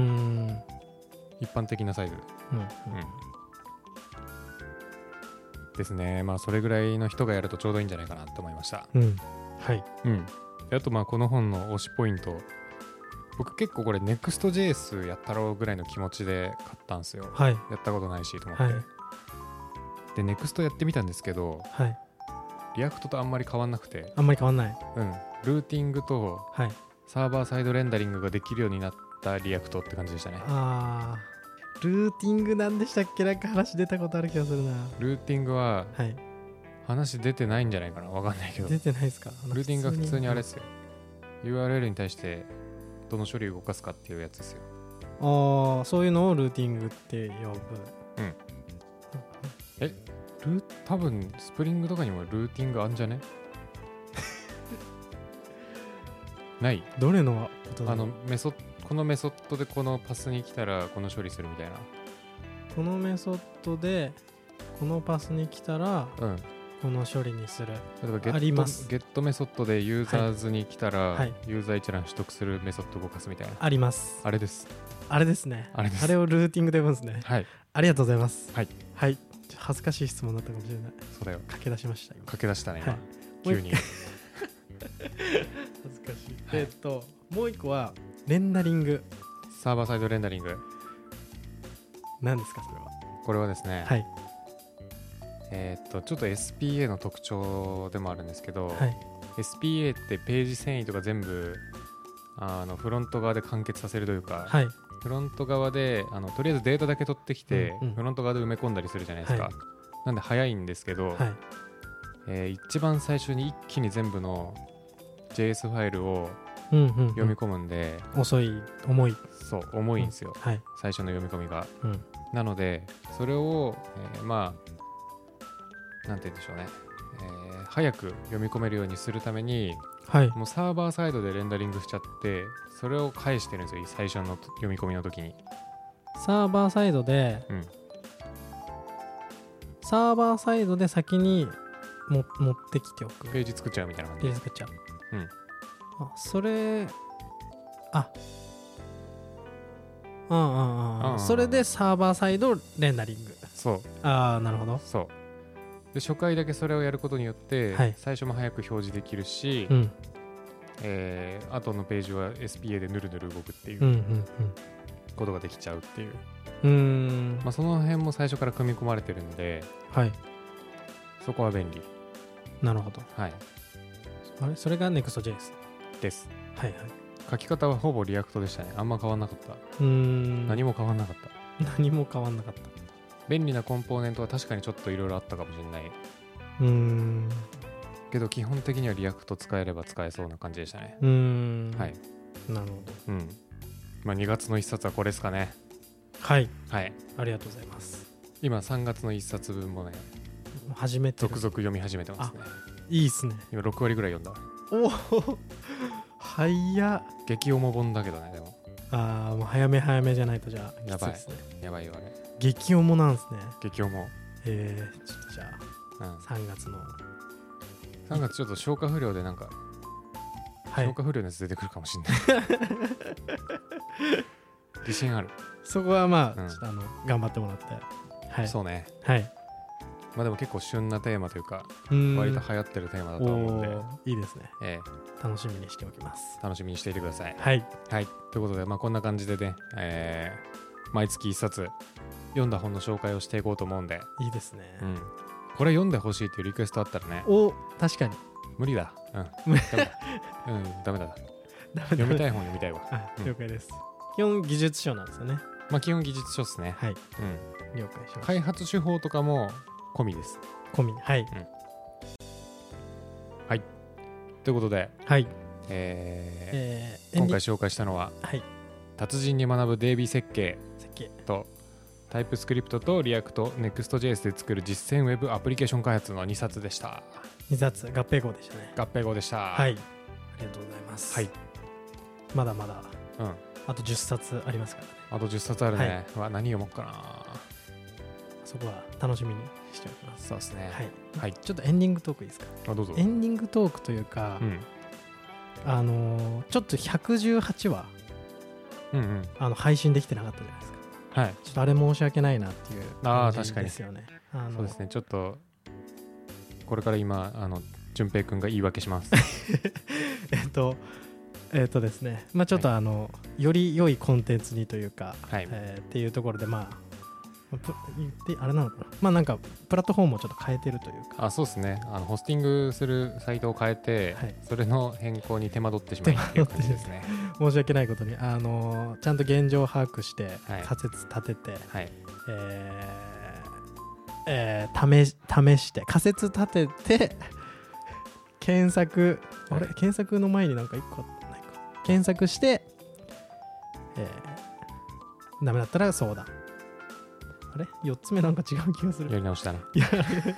[SPEAKER 2] ん
[SPEAKER 1] 一般的なサイズ。
[SPEAKER 2] うん
[SPEAKER 1] ですね。まあ、それぐらいの人がやるとちょうどいいんじゃないかなと思いました。
[SPEAKER 2] うんはい
[SPEAKER 1] うん。であと、まあ、この本の推しポイント。僕結構これ NEXTJS やったろうぐらいの気持ちで買ったんですよ。
[SPEAKER 2] はい
[SPEAKER 1] やったことないしと思って、
[SPEAKER 2] はい
[SPEAKER 1] で NEXT やってみたんですけど
[SPEAKER 2] はい
[SPEAKER 1] リアクトとあんまり変わんなくて、
[SPEAKER 2] あんまり変わんない
[SPEAKER 1] うん、ルーティングと
[SPEAKER 2] はい
[SPEAKER 1] サーバーサイドレンダリングができるようになったリアクトって感じでしたね
[SPEAKER 2] あールーティングなんでしたっけなんか話出たことある気がするな
[SPEAKER 1] ルーティングは
[SPEAKER 2] はい
[SPEAKER 1] 話出てないんじゃないかなわかんないけど
[SPEAKER 2] 出てないですかあの
[SPEAKER 1] ルーティングは普通にあれですよ URL に対してどの処理を動かすかっていうやつですよ
[SPEAKER 2] ああそういうのをルーティングって呼ぶ
[SPEAKER 1] うんルー多分スプリングとかにもルーティングあんじゃね ない
[SPEAKER 2] どれのことだ
[SPEAKER 1] あ
[SPEAKER 2] ろ
[SPEAKER 1] の
[SPEAKER 2] う
[SPEAKER 1] メソこのメソッドでこのパスに来たらこの処理するみたい
[SPEAKER 2] このメソッドでこのパスに来たら
[SPEAKER 1] な、うん、例
[SPEAKER 2] この処理にする
[SPEAKER 1] えばゲ
[SPEAKER 2] あります
[SPEAKER 1] ットゲットメソッドでユーザーズに来たら、
[SPEAKER 2] はいはい
[SPEAKER 1] ユーザー一覧取得するメソッド動かすみたいな
[SPEAKER 2] あります
[SPEAKER 1] あれです
[SPEAKER 2] あれですね
[SPEAKER 1] あれです
[SPEAKER 2] あれをルーティングで呼ぶんですね
[SPEAKER 1] はい
[SPEAKER 2] ありがとうございます
[SPEAKER 1] はい
[SPEAKER 2] はいちょ恥ずかしい質問だったかもしれない
[SPEAKER 1] そうだよ
[SPEAKER 2] 駆け出しました今
[SPEAKER 1] 駆け出したね今、
[SPEAKER 2] はい
[SPEAKER 1] 急 に
[SPEAKER 2] 恥ずかし
[SPEAKER 1] は
[SPEAKER 2] い、
[SPEAKER 1] い
[SPEAKER 2] えっともう一個はレンダリング
[SPEAKER 1] サーバーサイドレンダリング
[SPEAKER 2] 何ですかそれは
[SPEAKER 1] これはですね、
[SPEAKER 2] はい
[SPEAKER 1] えーっとちょっと SPA の特徴でもあるんですけど、
[SPEAKER 2] はい
[SPEAKER 1] SPA ってページ遷移とか全部あのフロント側で完結させるというか、
[SPEAKER 2] はい
[SPEAKER 1] フロント側であのとりあえずデータだけ取ってきて、
[SPEAKER 2] うんうん
[SPEAKER 1] フロント側で埋め込んだりするじゃないですか、
[SPEAKER 2] はい
[SPEAKER 1] なんで早いんですけど、
[SPEAKER 2] はい
[SPEAKER 1] えー一番最初に一気に全部の JS ファイルを
[SPEAKER 2] うんうん、うん、
[SPEAKER 1] 読み込むんで、
[SPEAKER 2] 遅い重い
[SPEAKER 1] そう重いんですよ、
[SPEAKER 2] はい
[SPEAKER 1] 最初の読み込みが
[SPEAKER 2] うん
[SPEAKER 1] なのでそれを、えーまあなんて言うんでしょうね、えー早く読み込めるようにするために
[SPEAKER 2] はい
[SPEAKER 1] もうサーバーサイドでレンダリングしちゃってそれを返してるんですよ最初の読み込みの時に
[SPEAKER 2] サーバーサイドで、
[SPEAKER 1] うん
[SPEAKER 2] サーバーサイドで先にも持ってきておくペ
[SPEAKER 1] ページ作っちゃうみたいな感じ
[SPEAKER 2] ー
[SPEAKER 1] で
[SPEAKER 2] ジ
[SPEAKER 1] す
[SPEAKER 2] 作っちゃう、
[SPEAKER 1] うん
[SPEAKER 2] あそれあああああ
[SPEAKER 1] うん
[SPEAKER 2] あそれでサーバーサイドレンダリング
[SPEAKER 1] そう
[SPEAKER 2] ああなるほど
[SPEAKER 1] そうで初回だけそれをやることによって、
[SPEAKER 2] はい
[SPEAKER 1] 最初も早く表示できるし、
[SPEAKER 2] うん
[SPEAKER 1] えー後のページは SPA でぬるぬる動くってい
[SPEAKER 2] うん
[SPEAKER 1] う
[SPEAKER 2] う
[SPEAKER 1] うんことができちゃうっていう、
[SPEAKER 2] うんうーん
[SPEAKER 1] まあ、その辺も最初から組み込まれてるんで
[SPEAKER 2] はい
[SPEAKER 1] そこは便利、
[SPEAKER 2] なるほど
[SPEAKER 1] はい、
[SPEAKER 2] あれそれが NEXTJS
[SPEAKER 1] です
[SPEAKER 2] はいはい
[SPEAKER 1] 書き方はほぼリアクトでしたねあんま変わんなかった、
[SPEAKER 2] うーん
[SPEAKER 1] 何も変わんなかった
[SPEAKER 2] 何も変わんなかった
[SPEAKER 1] 便利なコンポーネントは確かにちょっといろいろあったかもしれないう
[SPEAKER 2] ーん
[SPEAKER 1] けど基本的にはリアクト使えれば使えそうな感じでしたね
[SPEAKER 2] うーん
[SPEAKER 1] はい
[SPEAKER 2] なるほど
[SPEAKER 1] うんまあ2月の1冊はこれですかね
[SPEAKER 2] はい
[SPEAKER 1] はい
[SPEAKER 2] ありがとうございます
[SPEAKER 1] 今3月の1冊分もね
[SPEAKER 2] 始めてる
[SPEAKER 1] 続々読み始めてますね
[SPEAKER 2] いいっすね
[SPEAKER 1] 今6割ぐらい読んだ
[SPEAKER 2] おお早っ
[SPEAKER 1] 激重本だけどねでも
[SPEAKER 2] あーもう早め早めじゃないとじゃあ
[SPEAKER 1] やばい
[SPEAKER 2] きつですね
[SPEAKER 1] やばいよあれ
[SPEAKER 2] 激重なんですね
[SPEAKER 1] 激重、
[SPEAKER 2] えー、ちょっとじゃ
[SPEAKER 1] う
[SPEAKER 2] あ
[SPEAKER 1] ん、
[SPEAKER 2] 3月の
[SPEAKER 1] 3月ちょっと消化不良でなんか、
[SPEAKER 2] は
[SPEAKER 1] 消
[SPEAKER 2] い
[SPEAKER 1] 化不良のやつ出てくるかもしんない 自信ある、
[SPEAKER 2] そこはまあ、
[SPEAKER 1] うん
[SPEAKER 2] ちょっとあの頑張ってもらってはい
[SPEAKER 1] そうね
[SPEAKER 2] はい
[SPEAKER 1] まあでも結構旬なテーマというか
[SPEAKER 2] うーん
[SPEAKER 1] 割と流行ってるテーマだと
[SPEAKER 2] お
[SPEAKER 1] 思うんで、
[SPEAKER 2] ーいいですね
[SPEAKER 1] え
[SPEAKER 2] 楽しみにしておきます
[SPEAKER 1] え楽しみにしていてください
[SPEAKER 2] はい
[SPEAKER 1] はいということでまあこんな感じでね、えー毎月1冊読んだ本の紹介をしていこうと思うんで、
[SPEAKER 2] いいですね、
[SPEAKER 1] うん、これ読んでほしいっていうリクエストあったらね
[SPEAKER 2] お確かに
[SPEAKER 1] 無理だ。うん。
[SPEAKER 2] 無
[SPEAKER 1] ダメだ。うん、ダメだ。
[SPEAKER 2] ダメ
[SPEAKER 1] 読み
[SPEAKER 2] い
[SPEAKER 1] たい本読みた いわ。
[SPEAKER 2] あ
[SPEAKER 1] うん
[SPEAKER 2] 了解です、基本技術書なんですよね
[SPEAKER 1] まあ、基本技術書っすね。
[SPEAKER 2] はい
[SPEAKER 1] うん。
[SPEAKER 2] 了解しました
[SPEAKER 1] 開発手法とかも込みです。
[SPEAKER 2] 込みはい
[SPEAKER 1] ということで、
[SPEAKER 2] はい
[SPEAKER 1] え
[SPEAKER 2] え
[SPEAKER 1] ー
[SPEAKER 2] ー、
[SPEAKER 1] 今回
[SPEAKER 2] エン
[SPEAKER 1] 紹介したのは、
[SPEAKER 2] ディングはい
[SPEAKER 1] 達人に学ぶ DB 設計
[SPEAKER 2] 設計
[SPEAKER 1] と、タイプスクリプトとリアクト Next.js で作る実践ウェブアプリケーション開発の2冊でした。
[SPEAKER 2] 2冊合併号でしたね
[SPEAKER 1] 合併号でした。。
[SPEAKER 2] はいいありがとうございます、
[SPEAKER 1] はい、
[SPEAKER 2] まだまだ
[SPEAKER 1] うん。
[SPEAKER 2] あと10冊ありますからね
[SPEAKER 1] あと10冊あるね。は何読もうかな。
[SPEAKER 2] そこは楽しみにしておきます
[SPEAKER 1] そうですね。
[SPEAKER 2] はい、
[SPEAKER 1] はい
[SPEAKER 2] ちょっとエンディングトークいいですか
[SPEAKER 1] あ、どうぞ
[SPEAKER 2] エ。ンディングトークというか、
[SPEAKER 1] うん。
[SPEAKER 2] あのーちょっと118話
[SPEAKER 1] うんうん。
[SPEAKER 2] あの配信できてなかったじゃないですか
[SPEAKER 1] はい。
[SPEAKER 2] ちょっとあれ申し訳ないなっていう
[SPEAKER 1] あ
[SPEAKER 2] 感
[SPEAKER 1] ー
[SPEAKER 2] じ
[SPEAKER 1] 確かに
[SPEAKER 2] ですよねあの
[SPEAKER 1] そうですね、ちょっと、これから今、あの、淳平くんが言い訳します。
[SPEAKER 2] えっとえっとですねまあちょっとあの、より良いコンテンツにというか、
[SPEAKER 1] はい。
[SPEAKER 2] えーっていうところでまあまあプ言ってあれなのかなまあなんかプラットフォームをちょっと変えてるというか
[SPEAKER 1] あ、そうですね。あの、ホスティングするサイトを変えて、
[SPEAKER 2] はい
[SPEAKER 1] それの変更に手間取ってしまいっていう感じですね。
[SPEAKER 2] 申し訳ないことにあのーちゃんと現状を把握して
[SPEAKER 1] はい
[SPEAKER 2] 仮説立てて、
[SPEAKER 1] はい。
[SPEAKER 2] えーえー試し試して仮説立てて 検索あれ
[SPEAKER 1] は
[SPEAKER 2] 検索の前になんか一個あったないか検索して、えーダメだったら相談あれ4つ目なんか違う気がす
[SPEAKER 1] や
[SPEAKER 2] る
[SPEAKER 1] り直しだな、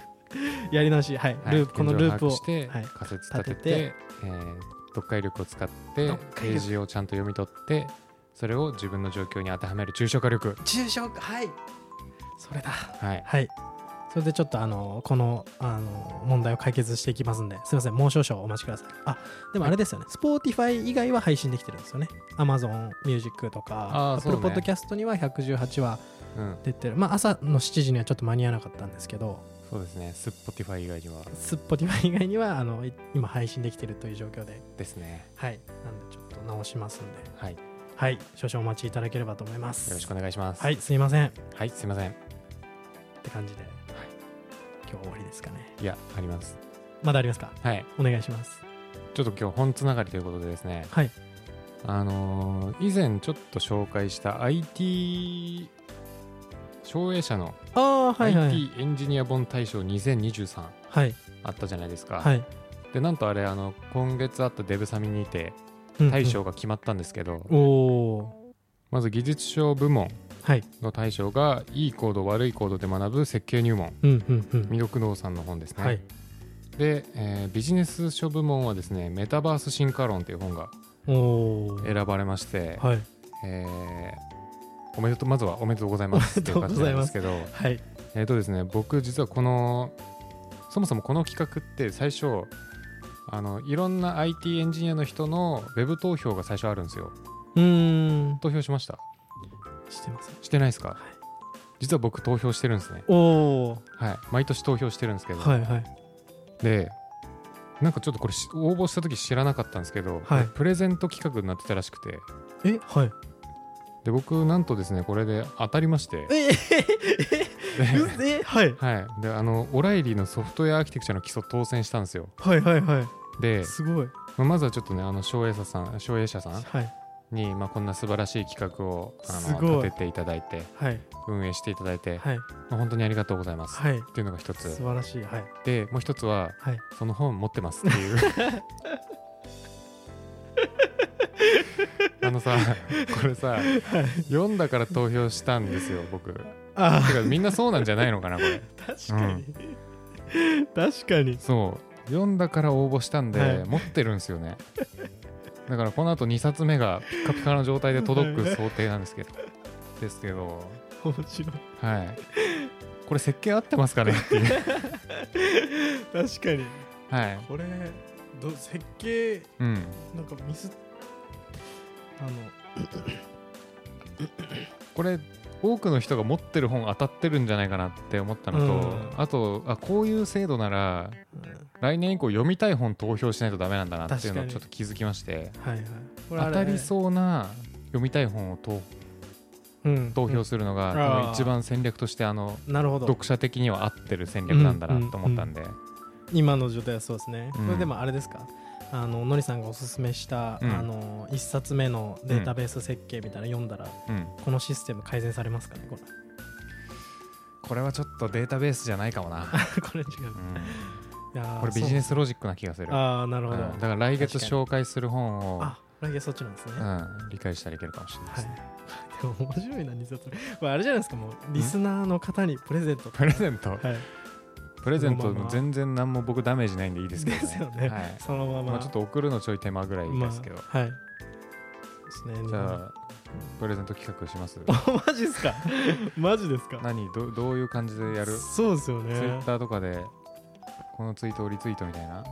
[SPEAKER 2] やり直しはい、
[SPEAKER 1] はい
[SPEAKER 2] ループこのループを
[SPEAKER 1] 現状把握して、
[SPEAKER 2] はい
[SPEAKER 1] 仮説立てて
[SPEAKER 2] 立てて
[SPEAKER 1] えー読解力を使って
[SPEAKER 2] 読解
[SPEAKER 1] ペー
[SPEAKER 2] 力
[SPEAKER 1] ジをちゃんと読み取ってそれを自分の状況に当てはめる抽象化力
[SPEAKER 2] 中小はいそれだ
[SPEAKER 1] はい
[SPEAKER 2] はいそれでちょっとあのこのあの問題を解決していきますんですいませんもう少々お待ちくださいあでもあれですよね、Spotify 以外は配信できてるんですよね Amazon Music とか
[SPEAKER 1] あーそう
[SPEAKER 2] Apple
[SPEAKER 1] ね
[SPEAKER 2] Podcast には118話
[SPEAKER 1] うん
[SPEAKER 2] 出てるまあ朝の7時にはちょっと間に合わなかったんですけど
[SPEAKER 1] そうですねスポティファイ以外には
[SPEAKER 2] Spotify 以外にはあのい今配信できてるという状況で
[SPEAKER 1] ですね
[SPEAKER 2] はいなんでちょっと直しますんで
[SPEAKER 1] はいよ
[SPEAKER 2] はい少々お待ちいただければと思います
[SPEAKER 1] ろしくお願いします
[SPEAKER 2] はいすいませんっ
[SPEAKER 1] はいすいません
[SPEAKER 2] て感じで、今日終わりですかね
[SPEAKER 1] いやあります
[SPEAKER 2] まだありますか
[SPEAKER 1] はい
[SPEAKER 2] お願いします
[SPEAKER 1] ちょっと今日本つながりということでですね
[SPEAKER 2] はい
[SPEAKER 1] あのー以前ちょっと紹介した IT 障害者の
[SPEAKER 2] ああはいはい、
[SPEAKER 1] IT エンジニア本大賞2023
[SPEAKER 2] はい
[SPEAKER 1] あったじゃないですか、
[SPEAKER 2] はい
[SPEAKER 1] でなんとあれあの今月あったデブサミにて
[SPEAKER 2] うんうん
[SPEAKER 1] 大賞が決まったんですけど、
[SPEAKER 2] おお
[SPEAKER 1] まず技術賞部門
[SPEAKER 2] はい
[SPEAKER 1] の大賞がいいコード悪いコードで学ぶ設計入門
[SPEAKER 2] うんうんうん
[SPEAKER 1] 未読堂さんの本ですね、
[SPEAKER 2] はい
[SPEAKER 1] で、えービジネス書部門はですねメタバース進化論という本が
[SPEAKER 2] おおー
[SPEAKER 1] 選ばれまして、
[SPEAKER 2] はい
[SPEAKER 1] えーおめでとうまずは おめでとうございますっていう感じなんですけど
[SPEAKER 2] はい
[SPEAKER 1] えーとですね僕実はこのそもそもこの企画って最初あのいろんな IT エンジニアの人のウェブ投票が最初あるんですよ
[SPEAKER 2] うーん
[SPEAKER 1] 投票しました
[SPEAKER 2] してますね
[SPEAKER 1] してないですか、
[SPEAKER 2] い
[SPEAKER 1] 実は僕投票してるんですね
[SPEAKER 2] おお
[SPEAKER 1] はい毎年投票してるんですけど、
[SPEAKER 2] はいはい
[SPEAKER 1] でなんかちょっとこれし応募した時知らなかったんですけど、
[SPEAKER 2] はい
[SPEAKER 1] プレゼント企画になってたらしくて
[SPEAKER 2] えはい
[SPEAKER 1] で僕なんとですねこれで当たりまして
[SPEAKER 2] ええええはい
[SPEAKER 1] はいであのオライリーのソフトウェアアーキテクチャの基礎当選したんですよ
[SPEAKER 2] はいはいはい
[SPEAKER 1] です
[SPEAKER 2] ごい
[SPEAKER 1] まあまずはちょっとねあの障害者さん障害者さん
[SPEAKER 2] はい
[SPEAKER 1] に、まあ、こんな素晴らしい企画をあ
[SPEAKER 2] す
[SPEAKER 1] の
[SPEAKER 2] ごい
[SPEAKER 1] 立てていただいて
[SPEAKER 2] はい
[SPEAKER 1] 運営していただいて、
[SPEAKER 2] はい
[SPEAKER 1] まあ本当にありがとうございます、
[SPEAKER 2] はい
[SPEAKER 1] っていうのが一
[SPEAKER 2] 素
[SPEAKER 1] つ
[SPEAKER 2] 晴らしいはい
[SPEAKER 1] でもう一つは
[SPEAKER 2] はい
[SPEAKER 1] その本持ってますって いうあのさこれさ読んだから投票したんですよ僕て
[SPEAKER 2] あ
[SPEAKER 1] かみんなそうなんじゃないのかなこれ
[SPEAKER 2] あ確かに、確かに
[SPEAKER 1] そう読んだから応募したんで、
[SPEAKER 2] はい
[SPEAKER 1] 持ってるんですよねだからこのあと2冊目がピッカピカの状態で届く想定なんですけどですけど
[SPEAKER 2] 面白い
[SPEAKER 1] はいこれ設計合ってますかねっていう
[SPEAKER 2] 確かに
[SPEAKER 1] はい
[SPEAKER 2] これど設計
[SPEAKER 1] うん
[SPEAKER 2] なんかミスあの
[SPEAKER 1] これ多くの人が持ってる本当たってるんじゃないかなって思ったのと、
[SPEAKER 2] うん
[SPEAKER 1] あとあこういう制度なら
[SPEAKER 2] うん
[SPEAKER 1] 来年以降読みたい本投票しないとダメなんだなっていうのを
[SPEAKER 2] 確かに
[SPEAKER 1] ちょっと気づきまして
[SPEAKER 2] はいはいこれあ
[SPEAKER 1] 当
[SPEAKER 2] れ
[SPEAKER 1] たりそうな読みたい本を投
[SPEAKER 2] うん
[SPEAKER 1] 投票するのが、
[SPEAKER 2] うん
[SPEAKER 1] 多
[SPEAKER 2] あ
[SPEAKER 1] 分
[SPEAKER 2] ー
[SPEAKER 1] 一番戦略としてあの
[SPEAKER 2] なるほど
[SPEAKER 1] 読者的には合ってる戦略なんだなと思ったんで、
[SPEAKER 2] 今の状態はそうですね、
[SPEAKER 1] うん
[SPEAKER 2] これでもあれですかあののりさんがおすすめした、
[SPEAKER 1] うん
[SPEAKER 2] あの一冊目のデータベース設計みたいなの読んだら、
[SPEAKER 1] うん
[SPEAKER 2] このシステム改善され ますかねこ
[SPEAKER 1] これはちょっとデータベースじゃないか もな、
[SPEAKER 2] れこれ違う
[SPEAKER 1] うん
[SPEAKER 2] いやー
[SPEAKER 1] これビジネスロジックな気がする
[SPEAKER 2] そうああなる
[SPEAKER 1] うん
[SPEAKER 2] ほど、
[SPEAKER 1] だから来月
[SPEAKER 2] 確かに
[SPEAKER 1] 紹介する本を、
[SPEAKER 2] あ来月そっちなんですね、
[SPEAKER 1] うん、理解したらいけるかもしれない
[SPEAKER 2] は
[SPEAKER 1] で
[SPEAKER 2] い
[SPEAKER 1] すね、
[SPEAKER 2] でも面白いな2冊目これあれじゃないですかもうリスナーの方にプレゼン ト
[SPEAKER 1] プレゼント
[SPEAKER 2] はい
[SPEAKER 1] プレゼントも全然何も僕ダメージないんでいいですけどね。
[SPEAKER 2] ですよね
[SPEAKER 1] はい。
[SPEAKER 2] そのまま、
[SPEAKER 1] まあちょっと送るのちょい手間ぐらいですけど。
[SPEAKER 2] まあはいそうですね
[SPEAKER 1] じゃあプレゼント企画し ます。
[SPEAKER 2] あマジで すかマジですか
[SPEAKER 1] 何どどういう感じでやる？ツ
[SPEAKER 2] そうですよ
[SPEAKER 1] イ
[SPEAKER 2] ね
[SPEAKER 1] ッターとかでこのツイートをリツイートみたいな。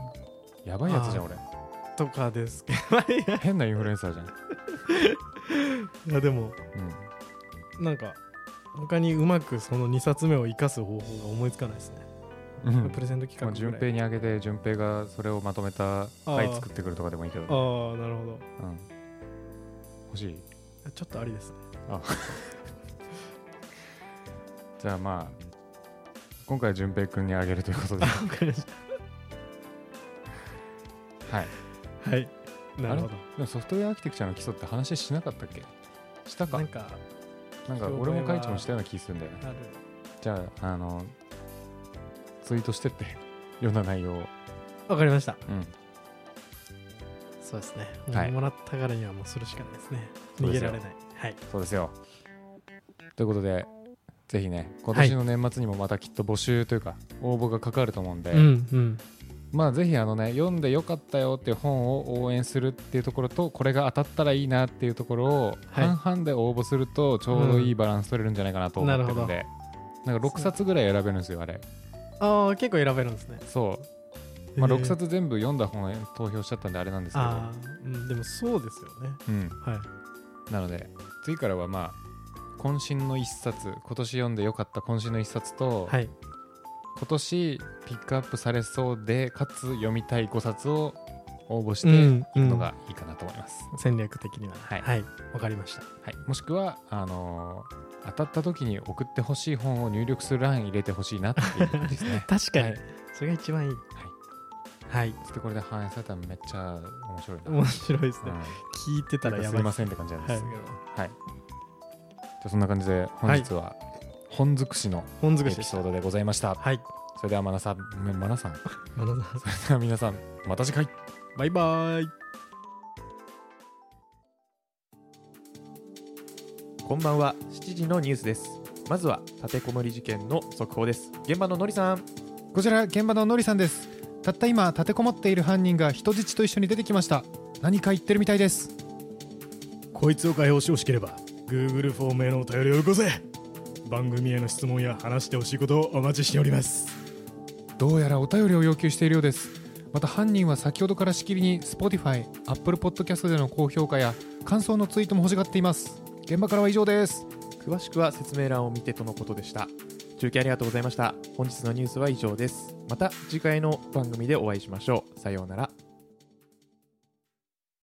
[SPEAKER 1] やばいやつじゃん俺。
[SPEAKER 2] とかですけどいや
[SPEAKER 1] 変なインフルエンサーじゃん。
[SPEAKER 2] いやでも
[SPEAKER 1] うん。
[SPEAKER 2] なんか他にうまくその2冊目を生かす方法が思いつかないですね、
[SPEAKER 1] うん
[SPEAKER 2] プレゼン
[SPEAKER 1] ま
[SPEAKER 2] ト
[SPEAKER 1] あ
[SPEAKER 2] 企画
[SPEAKER 1] 順
[SPEAKER 2] ぐら
[SPEAKER 1] 平
[SPEAKER 2] い
[SPEAKER 1] にあげて順平がそれをまとめた回作ってくるとかでもいいけどね。
[SPEAKER 2] ああなるほど
[SPEAKER 1] うん。欲しい。
[SPEAKER 2] ちょっとあり ですね
[SPEAKER 1] じゃあまあ今回は順平くんにあげるということ で。は
[SPEAKER 2] わかりまし
[SPEAKER 1] い。
[SPEAKER 2] たはいなるほ
[SPEAKER 1] でもソフトウェアアーキテクチャの基礎って話しなかったっけした
[SPEAKER 2] ど
[SPEAKER 1] か
[SPEAKER 2] なんか
[SPEAKER 1] なんか俺もカイチもしたような気するんだよね
[SPEAKER 2] ある
[SPEAKER 1] じゃああのツイートしてって 読んだ内容を
[SPEAKER 2] わかりました
[SPEAKER 1] うん
[SPEAKER 2] そうですね、
[SPEAKER 1] はい
[SPEAKER 2] もうもらったからにはもうするしかないですね
[SPEAKER 1] そうで
[SPEAKER 2] 逃げ
[SPEAKER 1] すよ
[SPEAKER 2] られないはい
[SPEAKER 1] そうですよということでぜひね今年の年末にもまたきっと募集というか応募がかかると思うんで、
[SPEAKER 2] うんうん
[SPEAKER 1] まあぜひあのね読んでよかったよっていう本を応援するっていうところとこれが当たったらいいなっていうところを
[SPEAKER 2] はい
[SPEAKER 1] 半々で応募するとちょうどいいバランス取れるんじゃないかなと思ってるんで、なんか6冊ぐらい選べるんですよあれ
[SPEAKER 2] ああ結構選べるんですね、
[SPEAKER 1] そう、まあ、
[SPEAKER 2] へー
[SPEAKER 1] 6冊全部読んだ本へ投票しちゃったんであれなんですけど、
[SPEAKER 2] ああ、うん、でもそうですよね
[SPEAKER 1] うん、
[SPEAKER 2] はい
[SPEAKER 1] なので次からはまあ渾身の1冊今年読んでよかった渾身の1冊と、
[SPEAKER 2] はい
[SPEAKER 1] 今年ピックアップされそうでかつ読みたい5冊を応募して
[SPEAKER 2] うん
[SPEAKER 1] いくのがいいかなと思います、
[SPEAKER 2] 戦略的には
[SPEAKER 1] はい
[SPEAKER 2] はいわ、かりました。
[SPEAKER 1] はい、もしくはあのー当たった時に送ってほしい本を入力する欄入れてほしいなっていう感じですね
[SPEAKER 2] 確かに、
[SPEAKER 1] はい
[SPEAKER 2] それが一番いいはい、
[SPEAKER 1] ちょっとこれで反映されたらめっちゃ面白いな。
[SPEAKER 2] 面白いですね、
[SPEAKER 1] うん
[SPEAKER 2] 聞いてたらや
[SPEAKER 1] す
[SPEAKER 2] ば
[SPEAKER 1] い
[SPEAKER 2] い
[SPEAKER 1] ませんって感じなんですけど、はいじゃあそんな感じで本日は本尽くしの
[SPEAKER 2] 本
[SPEAKER 1] エ
[SPEAKER 2] 尽くし
[SPEAKER 1] ピ
[SPEAKER 2] でし
[SPEAKER 1] ソー
[SPEAKER 2] た
[SPEAKER 1] ドでございました、
[SPEAKER 2] はい
[SPEAKER 1] それではマナさんマナさんそ
[SPEAKER 2] 真野さん
[SPEAKER 1] れでは皆さんまた次回
[SPEAKER 2] バイバイ
[SPEAKER 3] こんばんは7時のニュースですまずは立てこもり事件の速報です現場ののりさん
[SPEAKER 1] こちら現場ののりさんですたった今立てこもっている犯人が人質と一緒に出てきました何か言ってるみたいです
[SPEAKER 4] こいつを解放してほしければ Google フォームへのお便りをよこせ番組への質問や話してほしいことをお待ちしております
[SPEAKER 1] どうやらお便りを要求しているようですまた犯人は先ほどからしきりに Spotify、Apple Podcast での高評価や感想のツイートも欲しがっています現場からは以上です
[SPEAKER 3] 詳しくは説明欄を見てとのことでした中継ありがとうございました本日のニュースは以上ですまた次回の番組でお会いしましょうさようなら